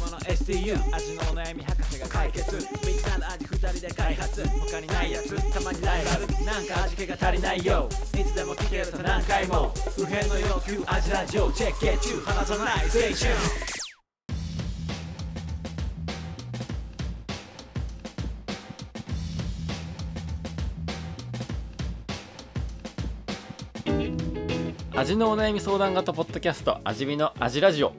もの STU 味のお悩み博士が解解決決みんなの味二人で開発他にないやつたまにライバルなんか味気が足りないよいつでも聞けると何回も不変の要求味ラジオチェックゲッチュー離さないステーション味のお悩み相談型ポッドキャスト味見の味ラジオ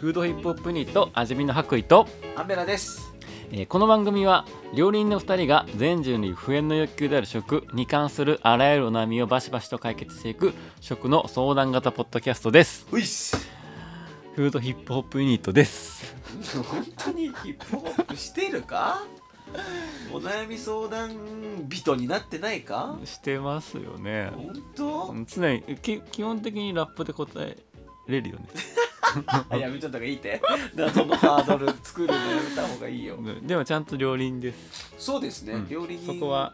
フードヒップホップニーと味見の白衣と、アンベラですえーこの番組は料理人の2人が全人類不縁の欲求である食に関するあらゆるお悩みをバシバシと解決していく食の相談型ポッドキャストですういっすフードヒップホップユニットです本当にヒップホップして るかお悩み相談人になってないかしてますよね本当常にき基本的にラップで答えれるよね あやめちゃった方がいいって 謎のハードル作るのやめた方がいいよでもちゃんと料理人ですそうですね、うん料理人そこは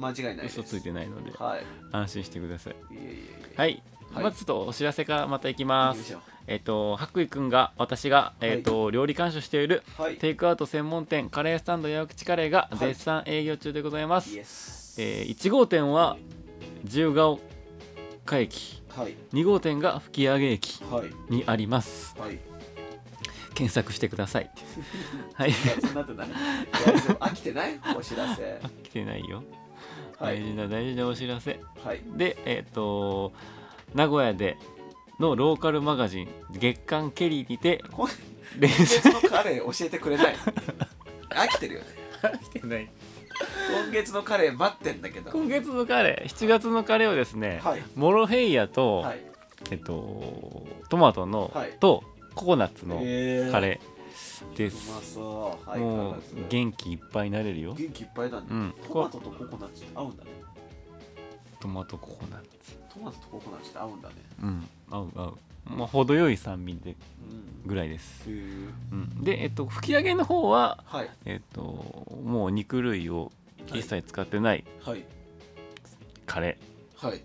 間違いないです嘘ついてないのではい安心してくださいいえいえいえはい、はいまずちょっとお知らせからまたいきま行きますしょえっ、と白衣くんが私が、えっと料理監修しているうはいテイクアウト専門店カレースタンド八百吉カレーがはい絶賛営業中でございます、イエスえー1号店は十顔岡駅はい2号店が吹上駅はいにありますはい検索してくださ いはい そんなってない大丈夫飽きてないお知らせ来てないよ、は大い事な大事なお知らせはいでえっ、と名古屋でのローカルマガジン月刊ケリーにてこん連 載今月のカレー教えてくれない飽きてるよね今月のカレー待ってんだけど今月のカレー7月のカレーをですね、はいモロヘイヤと、はいえっと、トマトの、はいとココナッツのえーカレーでうすま、そうはいもう変わらず元元気いっぱいになれるよ気いっぱいだね、うんトマトとココナッツって合うんだねトマトココナッツトマトとココナッツって合うんだねうん合う合う、まあ、程よい酸味でうんぐらいです、へーうん、で、えっと、吹き上げの方は、はいえっと、もう肉類を一切使ってないはいカレはいー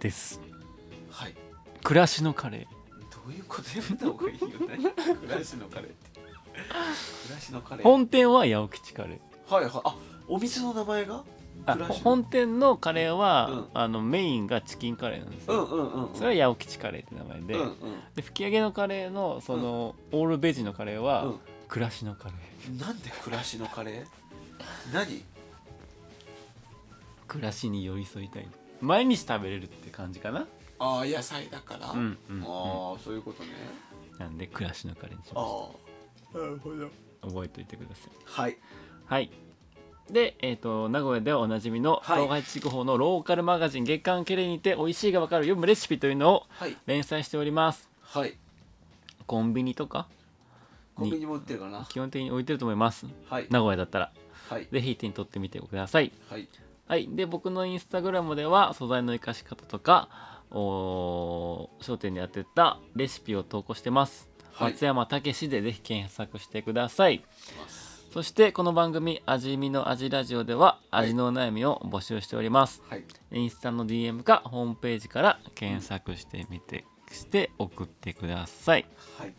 です、はい暮らしのカレーどういうことやめた方がいいよね暮らしのカレーって暮らしのカレー本店は八百吉カレーはいはいあお店の名前があクラッシュ本店のカレーは、うんあのメインがチキンカレーなんですうよ、んうんうんうんそれは八百吉カレーって名前で,、うんうんで吹き上げのカレーのその、オールベジのカレーは、うん暮らしのカレーなんで暮らしのカレー何暮らしに寄り添いたい毎日食べれるって感じかなああ野菜だから、うんうんうんああそういうことねなんで暮らしのカレーにしあましあなるほどた覚えておいてくださいはいはいで、えー、と名古屋ではおなじみのはい東海地方のローカルマガジン月刊ケレにて美味しいがわかる読むレシピというのをはい連載しておりますはいコンビニとかコンビニも売ってるかな基本的に置いてると思いますはい名古屋だったらはいぜひ手に取ってみてください。はいはい。で、僕のインスタグラムでは素材の活かし方とか、おー商店に当てたレシピを投稿してます。はい松山武史でぜひ検索してください。しますそして、この番組、味見の味ラジオでは、はい味のお悩みを募集しております。はいインスタの DM か、ホームページから検索してみて、して送ってください。はい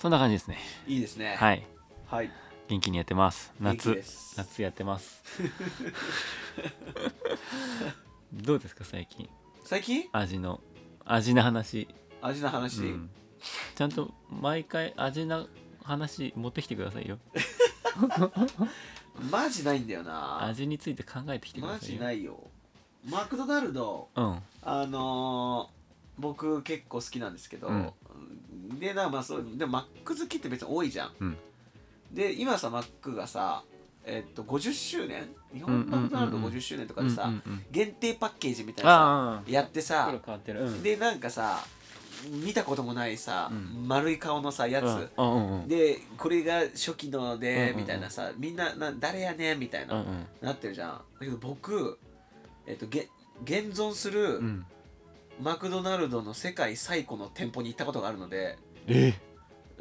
そんな感じですね。いいですねいはい。はい元気にやってます。元気夏で。す夏やってます。 どうですか最近最近味の味の話、味の話、うんちゃんと毎回味の話持ってきてくださいよマジないんだよな味について考えてきてくマださいジよないよマクドナルドうんあのー僕結構好きなんですけど、うんでだからまあそうでもマック好きって別に多いじゃん、うんで今さマックがさえっと50周年日本マクドナルドうんうんうんう50ん周年とかでさ、うんうんうん限定パッケージみたいなさああやってさ黒変わってるうんでなんかさ見たこともないさ、うん丸い顔のさやつ、うんうんうんでこれが初期のうんうんで、うんみたいなさみんなな誰やねんみたいな、うんうんなってるじゃんだけど僕えっとげ現存する、うんマクドナルドの世界最古の店舗に行ったことがあるのでえ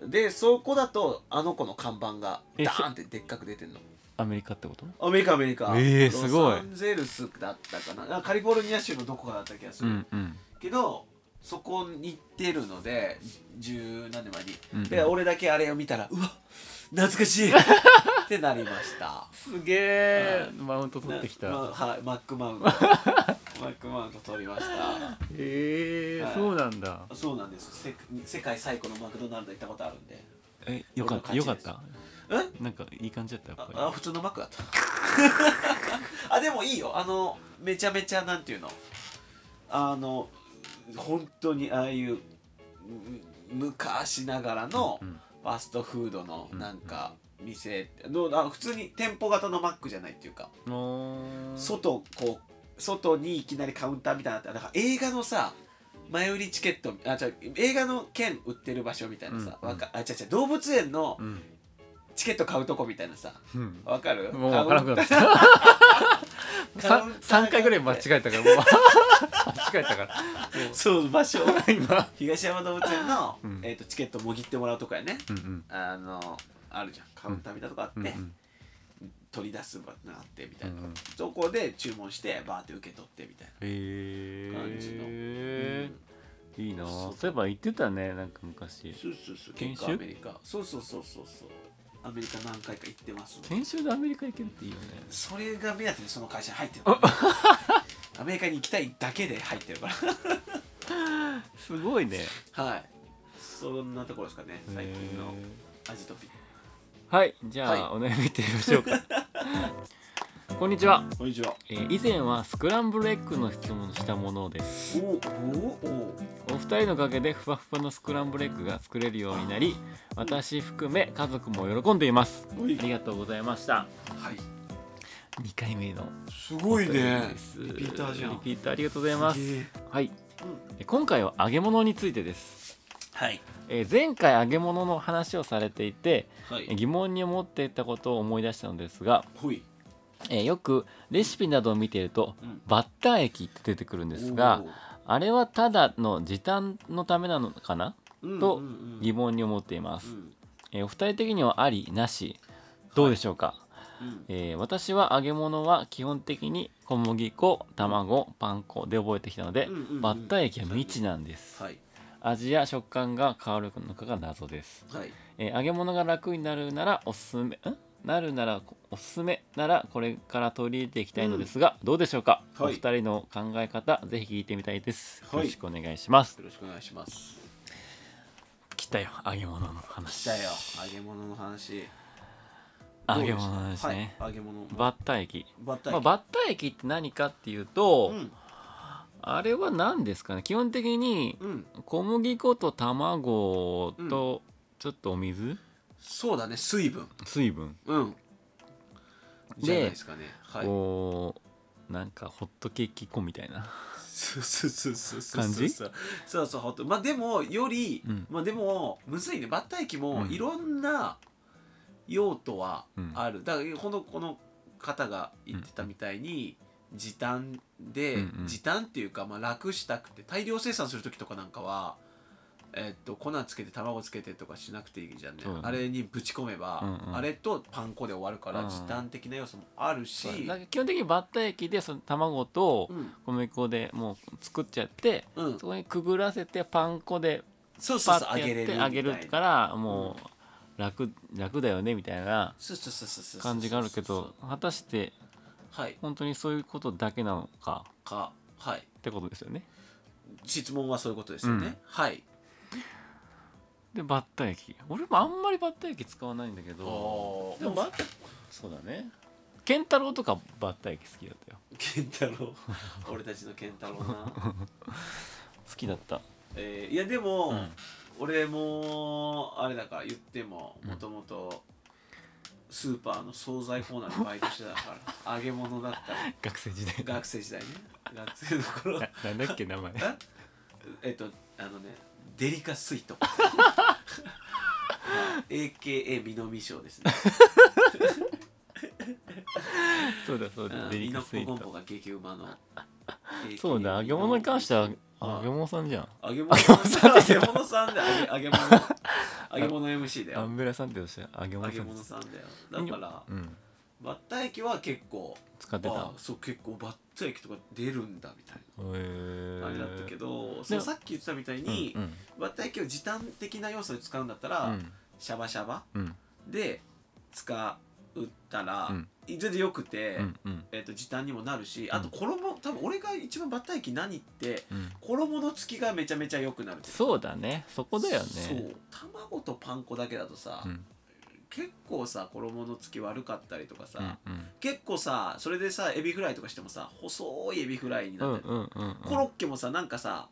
でそこだとあの子の看板がえダーンってでっかく出てんのアメリカってことアメリカアメリカえーすごいロサンゼルスだったかなあカリフォルニア州のどこかだった気がすうる、んうんけどそこに行ってるので十何年前に、うんうんで俺だけあれを見たらうわ懐か しいってなりましたすげえマウント取ってきた、なまはい、マックマウン トマックマウント取りましたええはいそうなんだそうなんですせ世界最古のマクドナルド行ったことあるんでえよかった俺よのか勝ちでっすたうんなんかいい感じだったやっああぱ普通のマックだった あでもいいよあのめちゃめちゃなんていうのあの本当にああいうむ昔ながらのうんファストフードのうんなんか店のあ普通に店舗型のマックじゃないっていうかりおー外こう外にいきなりカウンターみたいなのあってなんか映画のさ前売りチケットあ違う映画の券売ってる場所みたいなさ、うんうんわかあ違う違う動物園のうんチケット買うとこみたいなさうんわかるもう分からなくなったカウンターがあって3回ぐらい間違えたからもう間違えたからそう場所今 東山動物園の、うんえー、とチケットもぎってもらうとこやねうんうんあのあるじゃんカウンターみたいなとこあって、うんうん取り出す場があってみたいな、うんうんそこで注文してバーって受け取ってみたいなへ感じのえいいなあそうそういえば言ってたねなんか昔そうそうそう研修結構アメリカそうそうそうそうそうアメリカ何回か行ってますね研修でアメリカ行けるっていいよねそれが目当てでその会社に入ってるの アメリカに行きたいだけで入ってる からすごいねはいそんなところですかね最近の味とピはいじゃあ、はお悩み行ってみましょ うかこんにちは、こんにちはえー以前はスクランブルエッグの質問をしたものですおおおおお二人のおかげでふわふわのスクランブルエッグが作れるようになり私含め家族も喜んでいますあおいりがとうございましたはい2回目のすごいねですリピーターじゃんリピーターありがとうございますすげえはい、え今回は揚げ物についてです、はいえー前回揚げ物の話をされていてはえー疑問に思っていたことを思い出したのですが、ほいえーよくレシピなどを見ていると、うんバッター液って出てくるんですがあれはただの時短のためなのかなおーとうんうんうん疑問に思っています、うんえーお二人的にはありなしどうでしょうか、うんえー私は揚げ物は基本的に小麦粉卵パン粉で覚えてきたので、うんうんうんバッター液は未知なんです、はい味や食感が変わるのかが謎です、はいえー揚げ物が楽になるならおすすめんなるならおすすめならこれから取り入れていきたいのですが、どうでしょうか、はいお二人の考え方ぜひ聞いてみたいです、はいよろしくお願いしますよろしくお願いします来たよ揚げ物の話来たよ揚げ物の話揚げ物の話ね、はい、揚げ物バッター液バッタまあ、バッター液って何かっていうと、うんあれは何ですかね基本的にうん小麦粉と卵とちょっとお水、そうだね水分水分うんでじゃないですかねはいこうなんかホットケーキ粉みたいなそうそうそうそうそう感じそうそうそうほんとまあでもより、うんまあでもむずいねバッター液もうんいろんな用途はうんある、だからこのこの方が言ってたみたいに、時短で、うんうん時短っていうか、まあ、楽したくて大量生産する時とかなんかはえっと粉つけて卵つけてとかしなくていいじゃんねそうだねあれにぶち込めば、うんうんあれとパン粉で終わるからうん時短的な要素もあるし、なんか基本的にバッター液でその卵とうん小麦粉でもう作っちゃって、うんそこにくぐらせてパン粉でそうそパうそうッ揚てやげれるってみた揚いげなるからもう楽楽だよねみたいなそうそうそうそうそう感じがあるけど果たしてはい本当にそういうことだけなのかかはいってことですよね質問はそういうことですよね、うんはいでバッタ液俺もあんまりバッタ液使わないんだけでどもでも バッそうだね健太郎とかバッタ液好きだったよ健太郎俺たちの健太郎 な好きだったえーいやでも、うん俺もあれだから言ってももともとスーパーの惣菜コーナーでバイトしてたから 揚げ物だったり学生時代学生時代ね学生の頃ななんだっけ名 前ええっとあのねデリカスイー ト AKA 南賞ですねそうだそうだうんデリミカノスイッココーンボトが激うまの景気 そうね揚げ物に関してはあ揚げ物さんじゃん揚げ物さん揚げ物さんで揚げ揚げ物揚げ物 MC だアよンベラさんってどうして揚げ揚物げさん物さんだよだからうんバッター液は結構使ってたあそう結構バッター液とか出るんだみたいへえなあれだったけどそうさっき言ってたみたいに、うんバッター液を時短的な要素で使うんだったら、うんシャバシャバうんで使ったら、うん全然よくて、うんうんえっと時短にもなるしあと衣、多分俺が一番バッター液何ってうん衣のつきがめちゃめちゃ良くなるっていうかそうだねそこだよねそう卵とパン粉だけだとさ、うん結構さ衣のつき悪かったりとかさ、うんうん結構さそれでさエビフライとかしてもさ細いエビフライにうなっんたり、うんうんうんコロッケもさなんかさ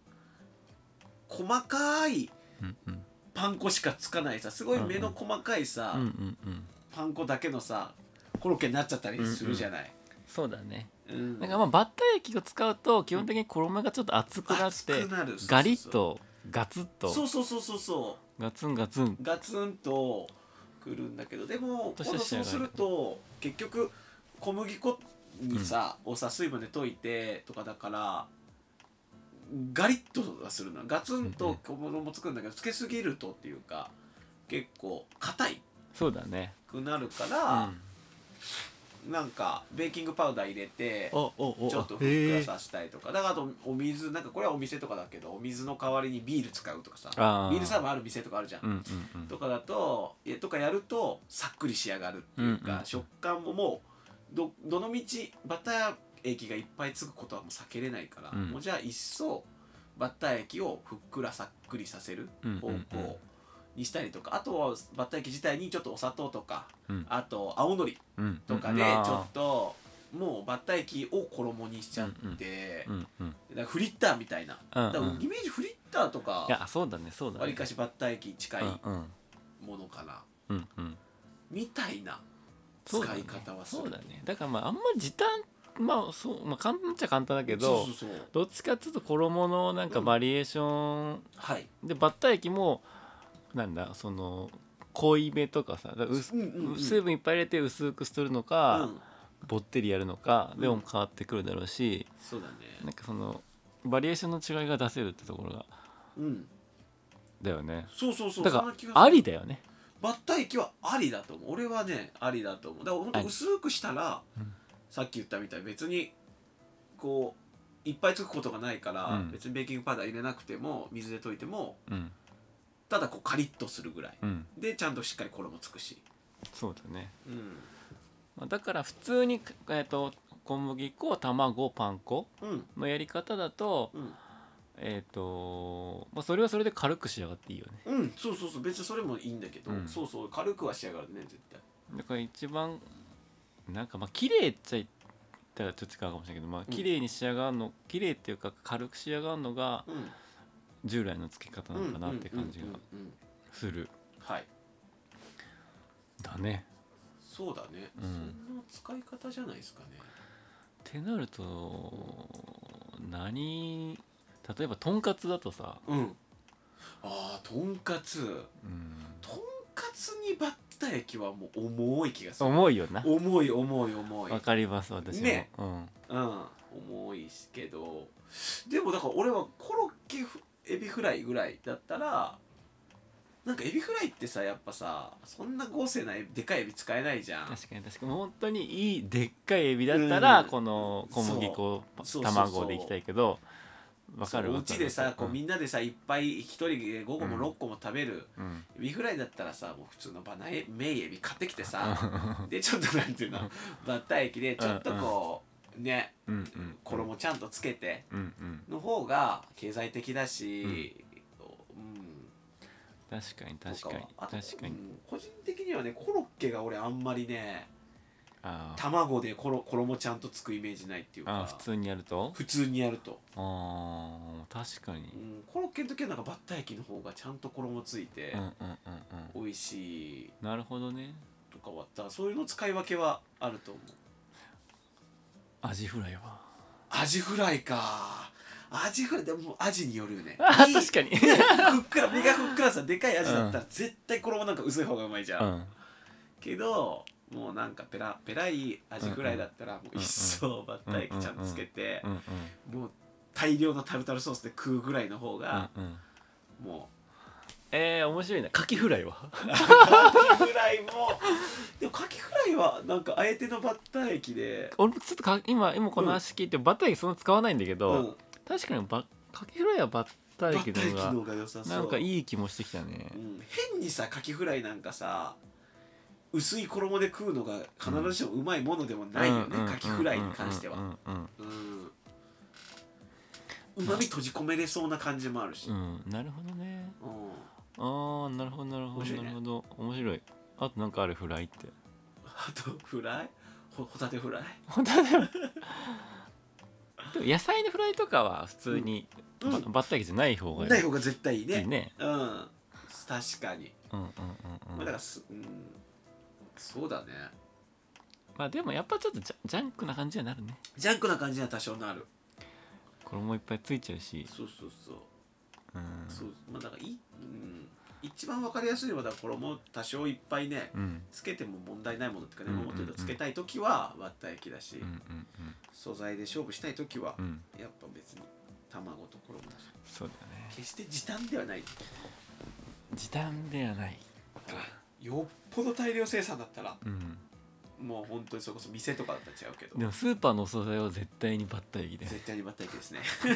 細かいうんうんパン粉しかつかないさすごい目の細かいさ、うんうんうんパン粉だけのさコロッケになっちゃったりするじゃない、そうだねうんなんかまあバッター液を使うと基本的に衣がちょっと厚くなっ熱てくなるそうそうそうガリッとガツッそとうそうそうそうそガツンガツンうガツンとくるんだけどでもとし今た度仕上そがうりすると結局小麦粉にさ、をさ水分で溶いてとかだからガリッとはするなガツンと小物も作るんだけどつけすぎるとっていうか結構硬いそうだねくなるかうんら、なんかベーキングパウダー入れておおおちょっとふっくらさせたりとかだからあとお水なんかこれはお店とかだけどお水の代わりにビール使うとかさあービールサーバーある店とかあるじゃん、うんうんうんとかだとえとかやるとさっくり仕上がるっていうか、うんうん食感ももうどどのみちバター液がいっぱいつくことはもう避けれないから、うんもうじゃあ一層バッター液をふっくらさっくりさせるうん方向にしたりとか、あとはバッター液自体にちょっとお砂糖とか、うんあと青のりうんとかでちょっともうバッター液を衣にしちゃって、うんうんなんかフリッターみたいな、うんうんだからイメージフリッターといかやそうだねそうだねわりかしバッター液近いうんうんものかな、うんうんみたいな使そうだねい方はするそうだねだからまああんま時短まあそうまあ簡単っちゃ簡単だけどそうそうそうどっちかっていうと衣のなんかバリエーションはいでバッター液もなんだその濃いめとかさだから薄うんうんうん水分いっぱい入れて薄くするのか、うんぼってりやるのかでうもん変わってくるだろうし、そうだねなんかそのバリエーションの違いが出せるってところがうんだよねそうそうそうだそんかな気がするらありだよねバッター液はありだと思う俺はねありだと思うだから本当薄くしたら、うんさっき言ったみたいに別にこういっぱいつくことがないから、うん別にベーキングパウダー入れなくても水で溶いてもうんただこうカリッとするぐらいうんでちゃんとしっかり衣つくしそうだね、うんまあ、だから普通に、えー、と小麦粉卵パン粉うんのやり方だとうんえっ、と、まあ、それはそれで軽く仕上がっていいよねうんそうそうそう別にそれもいいんだけど、うんそうそう軽くは仕上がるね絶対だから一番なんかまあ綺麗っちゃ言ったらちょっと違うかもしれないけどまあ綺麗に仕上がるの、綺麗っていうか軽く仕上がるのがうん従来のつけ方なのかなって感じがうんうんうんうんするはいだね。そうだね、うんそんな使い方じゃないですかねってなると何例えばとんかつだとさ、うんあーとんかつうん、とんかつにバッター液はもう重い気がする重いよな重い重い重いわかります私も、ねうん、うん重いしけどでもだから俺はコロッケふエビフライぐらいだったらなんかエビフライってさやっぱさそんな豪勢なエビでかいエビ使えないじゃん確かに確かに本当にいいでっかいエビだったら、うんこの小麦粉そう卵でいきたいけどわかるそうわおか家るでさこうみんんなでさいっぱい一人で5個もうん6個も食べる、な、うんエビフライだったらさもう普通のバナエメイエビ買ってきてさでちょっとなんていうのバッター液でちょっとこうねうんうん衣ちゃんとつけてうんうんの方が経済的だし、うん、確かにと確かはにあと確かうにん個人的にはねコロッケが俺あんまりねあー卵でコロ衣ちゃんとつくイメージないっていうかあー普通にやると普通にやると、あー確かうにん、コロッケの時はなんかバッター液の方がちゃんと衣ついてうんうんうんうん美味しいなるほどねとかはあったそういうの使い分けはあると思うアジフライはアジフライかアジフライでもアジによるよねあいい確かにふっくら身がふっくらさでかいアジだったら絶対衣なんか薄い方がうまいじゃ、うんんけどもうなんかペラペラいアジフライだったらもう一層バッター液ちゃんとつけてうんうんもう大量のタルタルソースで食うぐらいの方が、うんうんもえー、面白いなカキフライは うカキフライもでもカキフライはなんかあえてのバッター液で、俺もちょっとか今今この話聞いて、バッター液そんな使わないんだけうど、ん、確かにばカキフライはバッターバッ液タのー液方の方がが良さそうなんかいい気もしてきたねうん、変にさカキフライなんかさ薄い衣で食うのが必ずしもうまいものでもないよね、うんうんカキフライに関してはうんうんうんうまみ閉じ込めれそうな感じもあるし、うんうん、うんなるほどねうんああなるほどなる面ほど、白いねなるほど面白いあとなんかあるフライってあとフライほホタテフライ本当だよでも野菜のフライとかは普通に、うんばバッター液じゃない方がいいない方が絶対いいねいいねうん確かに、うんうんうんまあ、だうんからす、うん、そうだねまあでもやっぱちょっとジャジャンクな感じにはなるねジャンクな感じには多少なる衣いっぱいついちゃうし、そうそうそううん、そうまあだからいい、うん、一番わかりやすいのはだから衣多少いっぱいね、うんつけても問題ないものっていうかね、うんうんうんもっと言うとつけたい時は割った液だし、うんうん素材で勝負したい時はうんうんやっぱ別に卵と衣だしそうだね決して時短ではない時短ではないよっぽど大量生産だったらうんもう本当にそれこそ店とかだったら違うけどでもスーパーのお惣菜は絶対にバッター液で絶対に割った液ですね 違う違う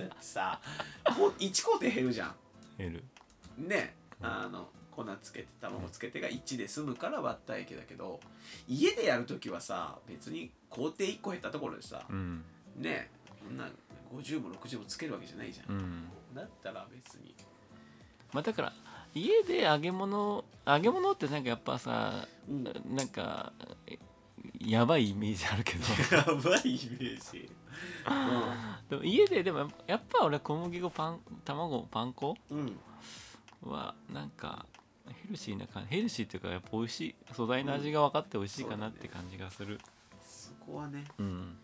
違うさあもう1工程減るじゃ減るんねあの粉つけて卵つけてが1で済むから割った液だけど家でやる時はさ別に工程1個減ったところでさ、うんねえそんな50も60もつけるわけじゃないじゃ、うんんだったら別にまあだから家で揚げ物揚げ物ってなんかやっぱさうんやなんかえやばいイメージある けどばいイメージでも家ででもやっぱ俺小麦粉パン卵パン粉うん、うん、はなんかヘルシーな感じヘルシーっていうかやっぱ美味しい素材の味が分かって美味しいかなって感じがするそこはねうん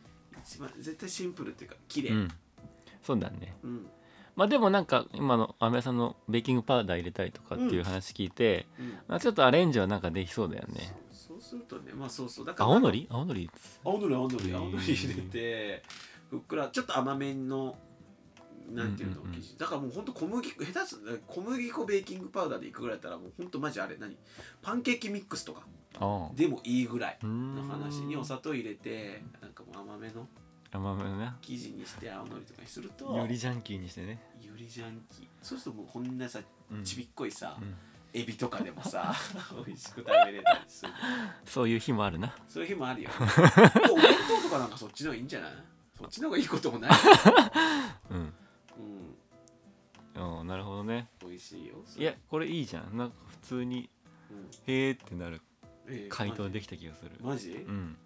一番絶対シンプルっていうか綺麗うんそうだねうんまあでもなんか今のアメさんのベーキングパウダー入れたりとかっていう話聞いて、うんまあ、ちょっとアレンジはなんかできそうだよねそうするとねまあそうそうだから青のり青のり青のり青のりへー青のり入れてふっくらちょっと甘めのなんていうの、うんうんうん生地だからもうほんと小麦粉下手す小麦粉ベーキングパウダーでいくぐらいだったらもうほんとマジあれ何パンケーキミックスとかああでもいいぐらいうーんの話にお砂糖入れてなんかもう甘めの甘めのね生地にして青のりとかにするとよりジャンキーにしてねよりジャンキーそうするともうこんなさうんちびっこいさ、うんエビとかでもさ 美味しく食べれたりするそういう日もあるなそういう日もあるよ でもお弁当とかなんかそっちの方がいいんじゃないそっちの方がいいこともないうんううんなるほどねん美味しいよそいれやこれいいじゃんなんか普通にうんへーってなるええ回答できた気がするマジマジうん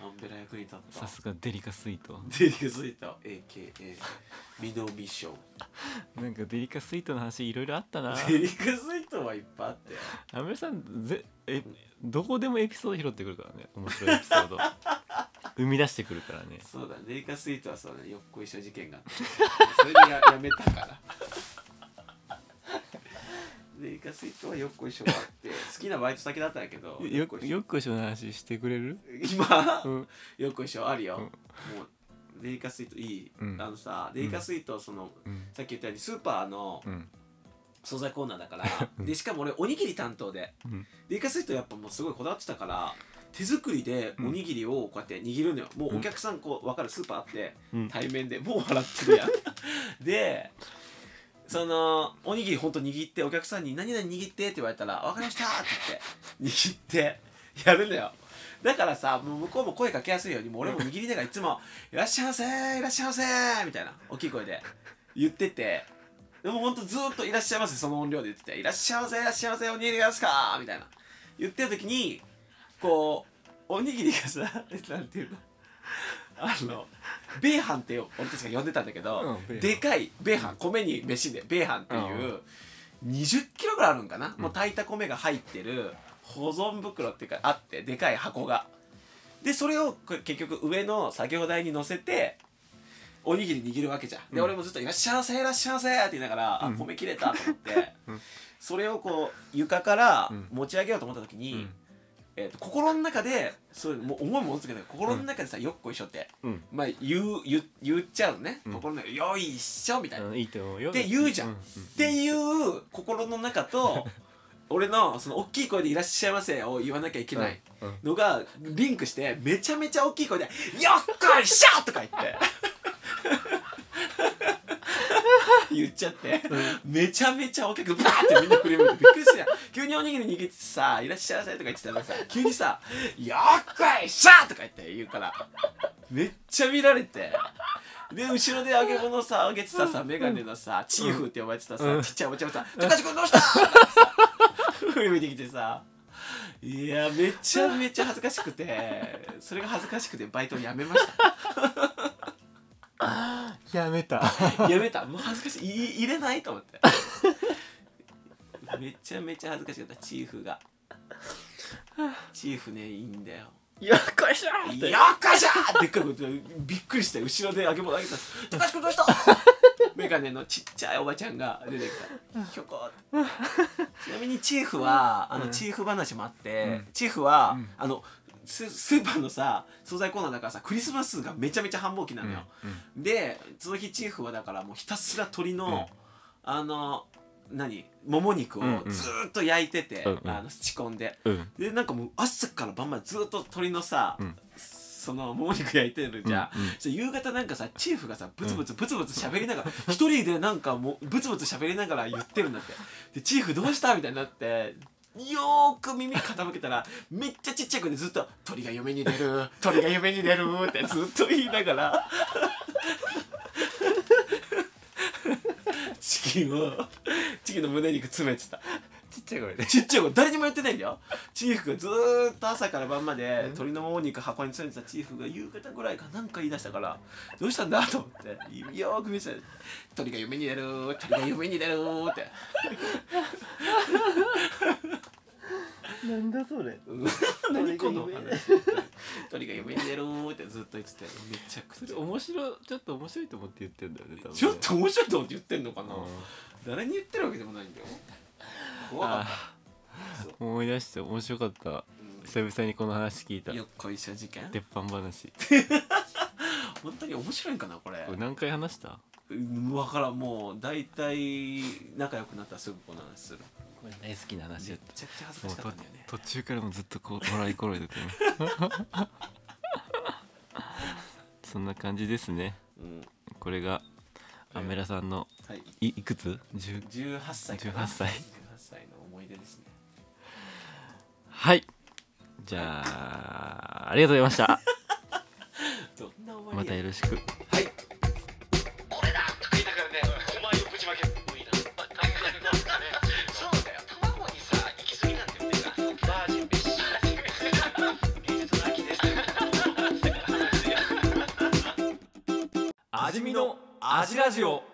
アンベラ役に立ったさすがデリカスイートデリカスイート AKA ミノミッションなんかデリカスイートの話いろいろあっ たなデリカスイートはいっぱいあったよアメさんぜえどこでもエピソード拾ってくるからね面白いエピ ソード生み出してくるからねそうだね、デリカスイートはそうだね、よっこいしょ事件 があった。それでややめたから。デリカスイートはよっこいしょがあって、好きなバイト先だったんやけど、よこいしょよっこいしょの話してくれる今、うんよっこいしょあるよ。もう、デリカスイートいい。うんあのさ、デリカスイート、その、うんさっき言ったようにスーパーのうん惣菜コーナーだから、で、しかも俺、おにぎり担当で、うんデリカスイートやっぱもうすごいこだわってたから、手作りでおにぎりをこうやって握るのよ。もうお客さんこう分かるスーパーあって、うん対面でもう笑って るやんでそのおにぎりほんと握ってお客さんに「何々握って」って言われたら「分かりました」って言って握ってやるのよだからさもう向こうも声かけやすいようにもう 俺も握りながらいつも「いらっしゃいませいらっしゃいませ」みたいな大きい声で言っててでもほんとずーっと「いらっしゃいませ」その音量で言ってて「いらっしゃいませいらっしゃいませおにぎりがですか?」みたいな言ってる時にこうおにぎりがさ なんていうのあの米飯って俺たちが呼んでたんだけど、うん米飯でかい米飯米に飯で米飯っていう、20キロぐらいあるんかな、もう炊いた米が入ってる保存袋っていうかあってでかい箱がでそれをこ結局上の作業台に乗せておにぎり握るわけじゃんで、俺もずっと「いらっしゃいませいらっしゃいませ」って言いながら、あ米切れたと思って、それをこう床から持ち上げようと思った時に、えーと心の中でそういうもう思いもつけて心の中でさ、よっこいしょって、うんまあ、言う言う言っちゃうのね、うん心の中でよいしょみたいな、うっんいいと思うよて言うじゃん、うんっていう心の中と俺のその大きい声で「いらっしゃいませ」を言わなきゃいけないうんうんのがリンクしてめちゃめちゃ大きい声で「よっこいしょ!」とか言って 言っちゃってめちゃめちゃお客バーってみんな振り向いてびっくりしたよ急におにぎり握ってさ「いらっしゃいませ」とか言ってたらさ急にさ「よっこいしょ!」とか言って言うからめっちゃ見られて。で後ろで揚げ物さ揚げてたさメガネのさチーフって呼ばれてたさ、ちっちゃいおちゃもさ「高橋君どうした?」振り向いてきてさいやめちゃめちゃ恥ずかしくてそれが恥ずかしくてバイトを辞めましやめたた辞めたもう恥ずかしいい入れないと思ってめちゃめちゃ恥ずかしかったチーフがチーフねいいんだよよっこいしょよっこいしょでっかい声でびっくりして後ろで揚げ物あげた「高橋君どうした?」 メガネのちっちゃいおばちゃんが出てきたひょこーってちなみにチーフはあのチーフ話もあって、チーフは、あのススーパーのさ惣菜コーナーだからさクリスマスがめちゃめちゃ繁忙期なのよ、でその日チーフはだからもうひたすら鶏の、あの何もも肉をうんうんずーっと焼いてて、うんうんあの仕込んで、うんでなんかもう朝から晩までずっと鳥のさ、うんそのもも肉焼いてるじゃん、うんうんそしたら夕方なんかさチーフがさブツブツブツブツ喋りなが ら、一人でなんかもうブツブツ喋りながら言ってるんだってでチーフどうしたみたいになってよーく耳傾けたらめっちゃちっちゃい声でずっと「鳥が夢に出る鳥が夢に出る」ってずっと言いながら チキンをチキンの胸肉詰めてた。ちっちゃい声でちっちゃい子誰にもやってないんだよチーフがずーっと朝から晩まで鶏のもも肉箱に詰めてたチーフが夕方ぐらいかなんか言い出したからどうしたんだと思ってよーく見せたら鳥が夢に出るー鳥が夢に出るー ってなんだそれうん何この話鳥が夢に出るーってずっと言っててめちゃくそちれゃ面白いちょっと面白いと思って言ってんだよね多分ねちょっと面白いと思って言ってんのかうな、誰に言ってるわけでもないんだよ怖かったん思い出して面白かった久々にこの話聞いたよっこいしょ事件鉄板話本当に面白いんかなこれこれ何回話したうんわからんもう大体仲良くなったらすぐこの話するこれ大好きな話めだっっちゃくちゃ恥ずたかしもかったんうだよねと途中からもずっとこう笑い転げててそんな感じですねうんこれがアメラさんのはいいいくつ10 18歳かな18歳18歳の思い出ですねはいじゃあありがとうございましたどんな終わまりたやよろしくはい味見の味ラジオ